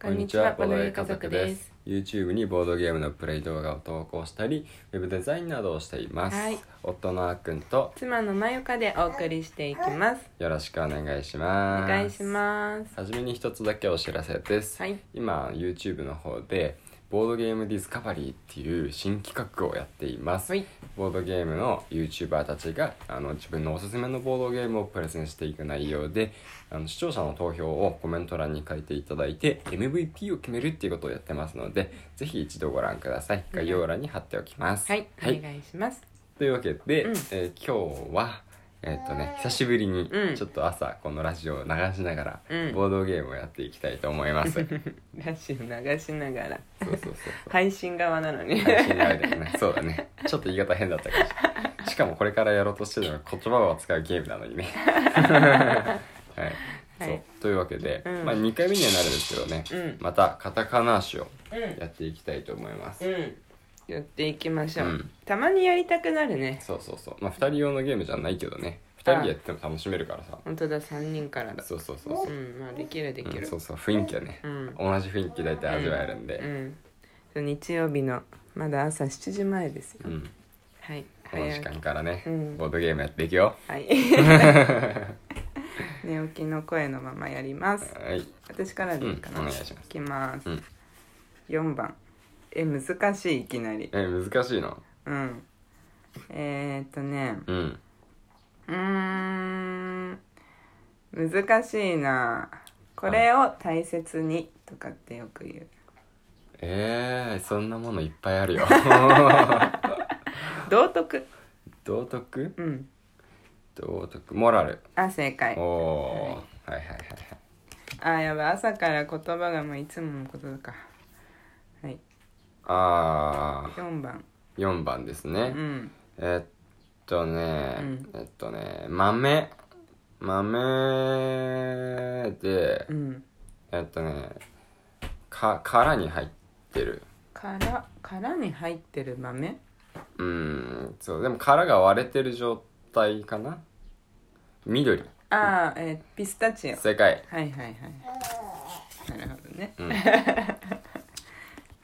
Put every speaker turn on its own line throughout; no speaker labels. こんにちは、ボードゲーム家
ボ
族です。。
YouTube にボードゲームのプレイ動画を投稿したり、ウェブデザインなどをしています。
はい
夫のあっくんと
妻のまゆかでお送りしていきます。
よろしくお願いし
お
ます。
願いします。
はじめに一つだけお知らせです。
はい
今 YouTube の方でボードゲームディスカバリーっていう新企画をやっています。
はい
ボードゲームの YouTuber たちがあの自分のおすすめのボードゲームをプレゼンしていく内容で、あの視聴者の投票をコメント欄に書いていただいて MVP を決めるっていうことをやってますので、ぜひ一度ご覧ください。概要欄に貼っておきます。
はい、
はい
お。願いします。
というわけで、
うん
えー今日はえーっ、とね久しぶりに
うん
ちょっと朝このラジオを流しながら、
うん
ボードゲームをやっていきたいと思 いますそうそう
ラジオ流しながら
そうそう
配信側なのに。
配信ライブだよねそうだねちょっと言い方変だったかもしれないしかもこれからやろうとしてるのは言葉を使うゲームなのにねはい、
はい
そうというわけで、
うん
まあ2回目にはなるんですけどね、
うん
またカタカナ足を
う
やっていきたいと思います、
ん、うん、やっていきましょう。
うん
たまにやりたくなるね。
そうそうそうまあ2人用のゲームじゃないけどね2人でやっても楽しめるからさ
本当だ、三人からだ。
そうそうそうそう
うん、まあできるでき
うん
る。
そうそう雰囲気はね、
うん
同じ雰囲気大体味わえるん
う
で、
んそう日曜日のまだ朝7時前ですよ。
うん
はい、
この時
早起き
間からね、
うん
ボードゲームやっていくよ
はい。 寝起きの声のままやります。
はい
私からでいいかな。
うんお願いします
いきます。
うん
4番。え、難しい、いきなり。
え難しいの
うん。えー、っとね。
うん
うーん。難しいな。これを大切にとかってよく言う。
えー、そんなものいっぱい あるよ
道徳。
道徳
うん。
道徳モラル
あ、正解
お。おー、はい、はいはいはい
あ、やばい。朝から言葉がもういつものことだか。はい。
あ
4番。
ー4番です
う
ね、
ん。
えっとね、
うん
えっとね豆豆で、
うん。
えっとねか殻に入ってる
殻殻に入ってる豆
うーんそうでも殻が割れてる状態かな緑
ああ、えーピスタチオ
正解
はいはいはいなるほどね、
うん
あ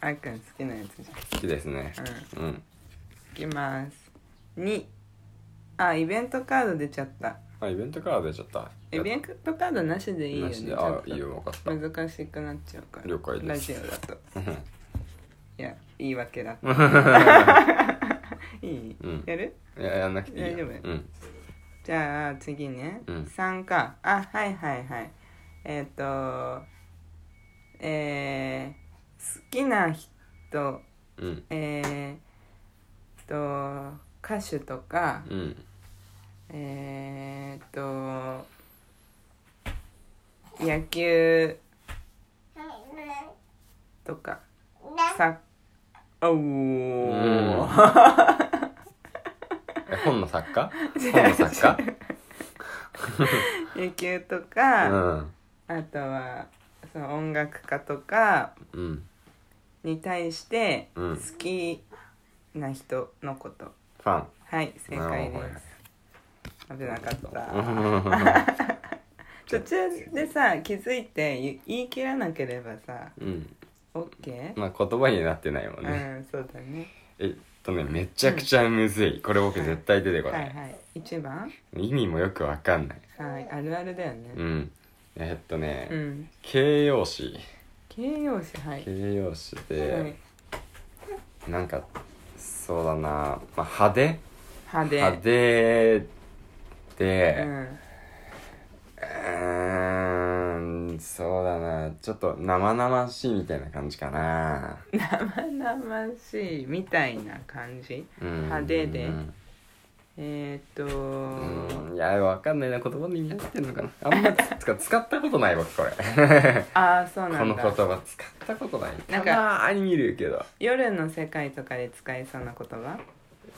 ーくん好きなやつじゃ
好きですね
んうん
うん
いきます2あーイベントカード出ちゃった
あイベントから出ちゃった
イベントカードなしでいいよ
な
ね
し
ち
で
ょっ
あ
と
いいよ分かった
難しくなっちゃうから
了解です
ラジオだといや言い訳 だ いい、
うん
やる
いややんなくていいよ
大丈夫
うん
じゃあ次ね、
うん
3かあはいはいはいえっ、とえー、好きな人
うん
えー、と歌手とか、
うん
えー、と野球とかサッおおー、
え本の作家本の作家
野球とか、
うん
あとはその音楽家とか
うん
に対して
うん
好きな人のこと、
ファン
はい正解で
なる
す危なかった、
う
途中でさ気づいて言言い切らなければさ
ん
OK?
まあ言葉になってないもん
う
ね
んそうだね
えっとねめちゃくちゃむずいこれ僕絶対出てこ
は
ないい
はい一番
意味もよくわかんない
はいあるあるだよ
う
ね
んえっとね、
うん
形容詞
形容詞はい
形容詞
はい
で、なんかそうだな、まあ、派手
派手
派手で
う、ん
うーん、そうだなちょっと生々しいみたいな感じかな、
生々しいみたいな感じ
うん、
派手で
うん
えー、っと
うんいやわかんないな言葉に似合ってんのかなあんまつか使ったことない僕これ
ああそう
こ
な
の
ん
言
だ
葉使ったことない
な
た
んか
まーに見るけど
夜の世界とかで使えそうな言葉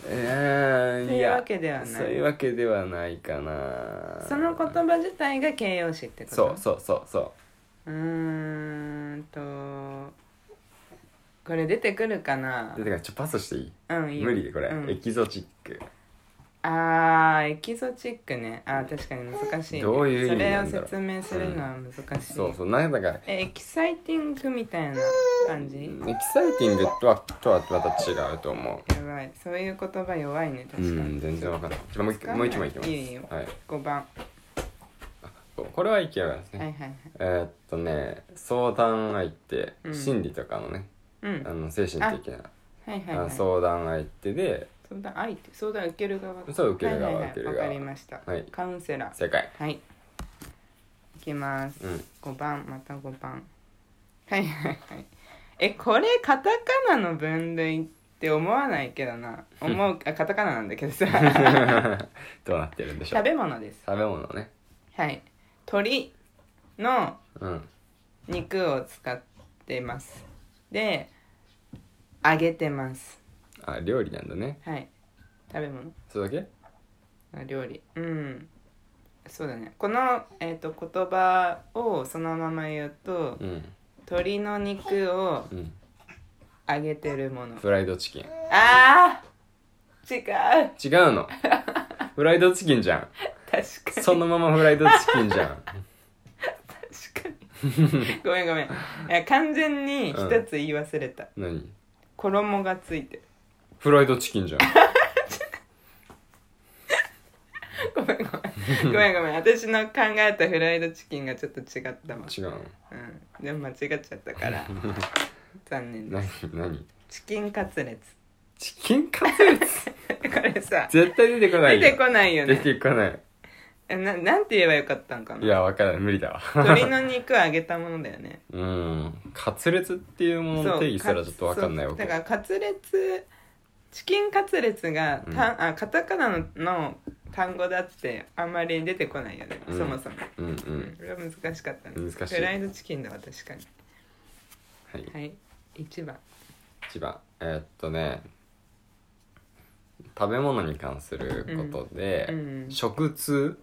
え
と
ー、
い
いうや
わけではない
そういうわけではないかな
その言葉自体が形容詞ってこと
そうそうそうそう
ーんとこれ出てくるかな
うでてかちょパスしていい
うんいいよ
無理でこれ、
うん
エキゾチック
あーエキゾチックねあー確かに難しいね、
どういう意
そ
味
れ
な
を
んだろう
説明するのは難しい、
そうそうなんだか
えエキサイティングみたいな感じ、
エキサイティングとはとはまた違うと思
やばいそういう言葉弱いね
うう
確かに、
ん全然わかんないじゃあもう一
使わな
回
い
もう一枚いきます
いいよ
はい
5番は
これはいけます
い
ね、
はいはい
えーっとね相談相手、
うん
心理とかのね
うん
あの精神的な、
はいはい
あ
は
の
い
相談相手で
相談相手相談受ける側
そう受ける側
はいはいはい、
受ける側
わかりました、
はい
カウンセラー
正解
はいいきます、
うん
五番また5番はいはいはいえこれカタカナの分類って思わないけどな思 うあカタカナなんだけどさ
どうなってるんでしょ
食
う
べ物です
食べ物ね
はい鳥の
うん
肉を使ってますで揚げてます
あ料理なんだね
はい食べ物
それだけ
あ料理うんそうだねこの、えー、と言葉をそのまま言うと
うん
鶏の肉を
うん
揚げてるもの
フライドチキン
あー違う
違 うのフライドチキンじゃん
確かに
そのままフライドチキン じゃん
確かにごめんごめんいや完全に一つ言い忘れた、
何
衣がついてる
フライドチキンじゃん
ごめんごめんごめんごめん私の考えたフライドチキンがちょっと違ったわ
違うの
うんでも間違っちゃったから 残念だ
何何
チキンカツレツ
チキンカツレツ
これさ
絶対出てこない
出
よ
てこないよ
出
ね
てこない
えななんて言えばよかったんか
い
な
やわからない無理だわ
鶏の肉を揚げたものだよね
うんカツレツっていうものの定義すらちょっとわかんないわ
そうだ
け
からカツレツチキンカツレツがた、あカタカナのの単語だってあんまり出てこないよね、
うん
そもそも、
うんう
うん
ん
これは難しかったね
難しい
フライドチキンだわ確かに
はい
はい1番
一番えーっとね食べ物に関することで、
うん
食通、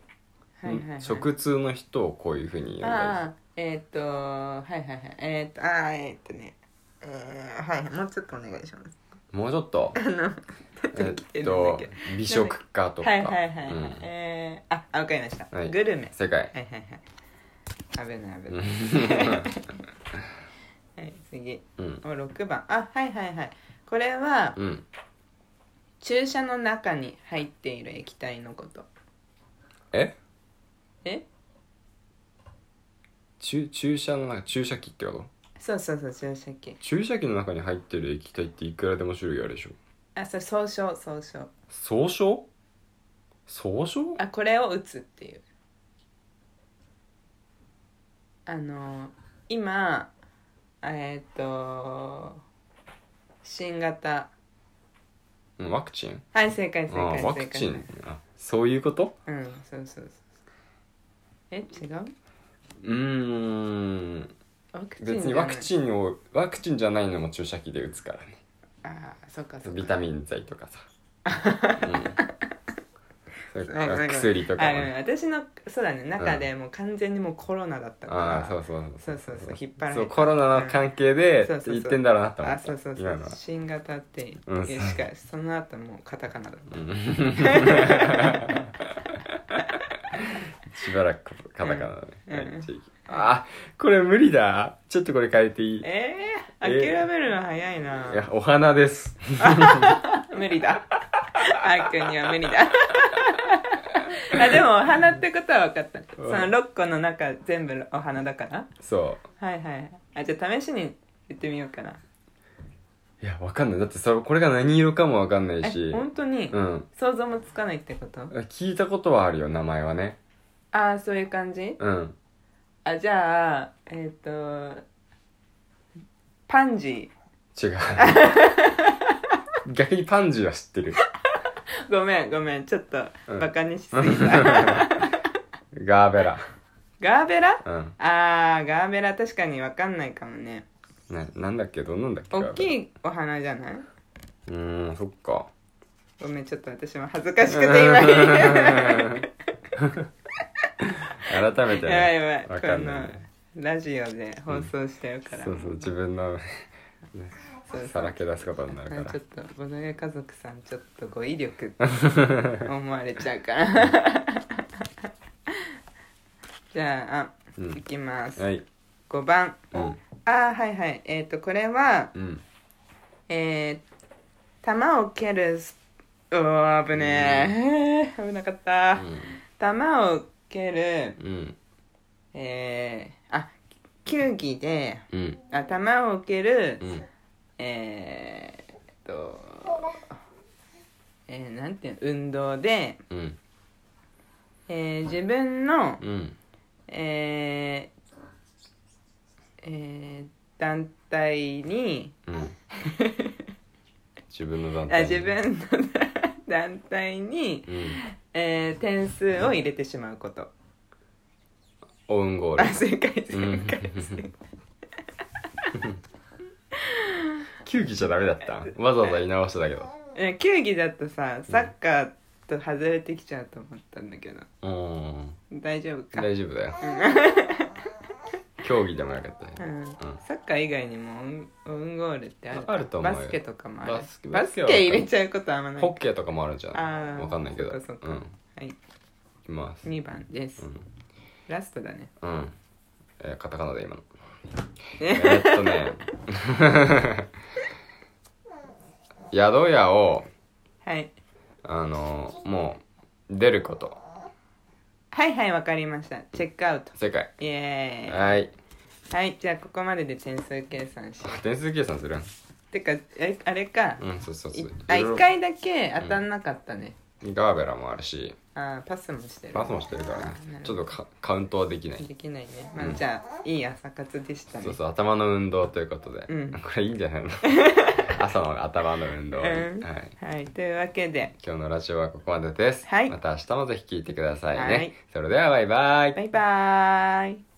はいはい、はい、
食通の人をこういうふうに呼んだ
ああえーっ、とはいはいはいえーっ、とああえーっ、とねえー、はいもうちょっとお願いします
りもうちょっとえ
てる
っ
んだ
と
けど
美食家とか、
はいはいはい、
うん
えー、ああわかりました、
はい
グルメ
世界
はいはいはい危ない危ない、 はい次
うん
お6番あはいはいはいこれは
うん
注射の中に入っている液体のこと
え
え
注注射の中注射器ってこと
そうそうそう注射器
注射器の中に入ってる液体っていくらでも種類あるでしょ
あそれ総称総称
総称総称
あこれを打つっていうあの今えっ、と新型
うんワクチン
はい正解正
あ
解
ー
正解
ワクチンあそういうこと
うんそうそうそうえ違う
うーん
ワクチンじゃない
別にワクチンをワクチンじゃないのも注射器で打つからね
あーそっかそっか
ビタミン剤とか さ、うん、そ
はいは
れ
い
薬とかも
あうん
ね
私のそうだね中でもう完全にもうコロナだったから、
ああそうそう
そうそうそう引っ張られた
そうコロナの関係で
そうそうそう
言ってんだろうなと思
あ
った
そうそうそ
今
う
のは
新型っていう
うん
しかその後もうカタカナだった
しばらくカタカナだね、
うん
はい
うん
地域あーこれ無理だちょっとこれ変えていいい
えー、
えー
諦めるの早いな、
やお花です
無理だあーくんには無理 だあでもお花ってことは分かったその6個の中全部お花だから
そ
はいはいあじゃあ試しに言ってみようかな
ういやわかんないだってそれこれが何色かもわかんない
え
し
本当に、
うん
想像もつかないってこと
聞いたことはあるよ名前はね
ああそういう感じ
うん
あじゃあえっ、とパンジ
違う逆にパンジーは知ってる
ーごめんごめんちょっと
うん
バカにしすぎ た、
ガーベラ
ガーベラ
うん
あーガーベラ確かに分かんないかもね
ななんだっけどんなんだっけ
大
い
きいお花じゃないう
ーんそっか
ごめんちょっと私も恥ずかしくて今 言えない
改めて、
やばいや
わ
ばい
か
こ
んないね
のラジオで放送してるから、
そうそう自分のね
そうそう
さらけ出すことになるか
ちょ
ら
っとボドゲ家族さんちょっと語彙力 って思われちゃうから じゃあ、
うん
いきます、
はい
5番、
うん
あーはいはいえっ、とこれは
うん
えー、弾を蹴るスうわー危ねえ、危なかった、弾を蹴る
うん
えー、あ球技で
うん
あ弾を蹴る、
うん
えー、っとえー、なんていうの運動で、
うん
えー、自分の
うん
えーえー、団体に
うん自分の団
あ
体
自分の団体に、
うん
えー、点数を入れてしまうこと
オウンゴー
あ
ル
正解正
うん
解正解
球技じゃダメだったわざわざ言い直しただけど
え球技だとさサッカーと外れてきちゃうと思ったんだけど
うん
大丈夫か、
大丈夫だよ競技でもなかった
う
ね
ん
ん
サッカー以外にもオウンオウンゴールってある
あると思うよ
バスケとかもある
バスケ
バスケ
バスケは
入れちゃうことはあんまない
ホッケーとかもあるんじゃな
あー
いわかんないけど
そっかそっか
うんい
はい、
きます
2番です、
うん
ラストだね
うん。えーカタカナで今の。えーっとね。宿屋を、
はい
あのもう、出ること。
はいはいわかりましたチェックアウト
世界。
イエーイ
はい。
はいじゃあここまでで点数計算しよ
点数計算するん
うてかえあれか、
うん、そうそう
い
そう。
あ
いろいろ
1。回だけ当たんなかったね、
ガーベラもあるし、
あーパスもしてる
バスもしてるからね
あーな。る
ちょ
ほ
っ
ど
とカカウントはできない。
できないねまあ、
うん
じゃあいい朝活でしたね
そうそう、頭の運動ということで。
うん
これいいんじ ゃないの朝の頭の運動に。
うん
はい。
はいというわけで
今日のラジオはここまでです。
はい
また明日もぜひ聞いてくださいね。
はい
それではバイバイ。
バイバーイ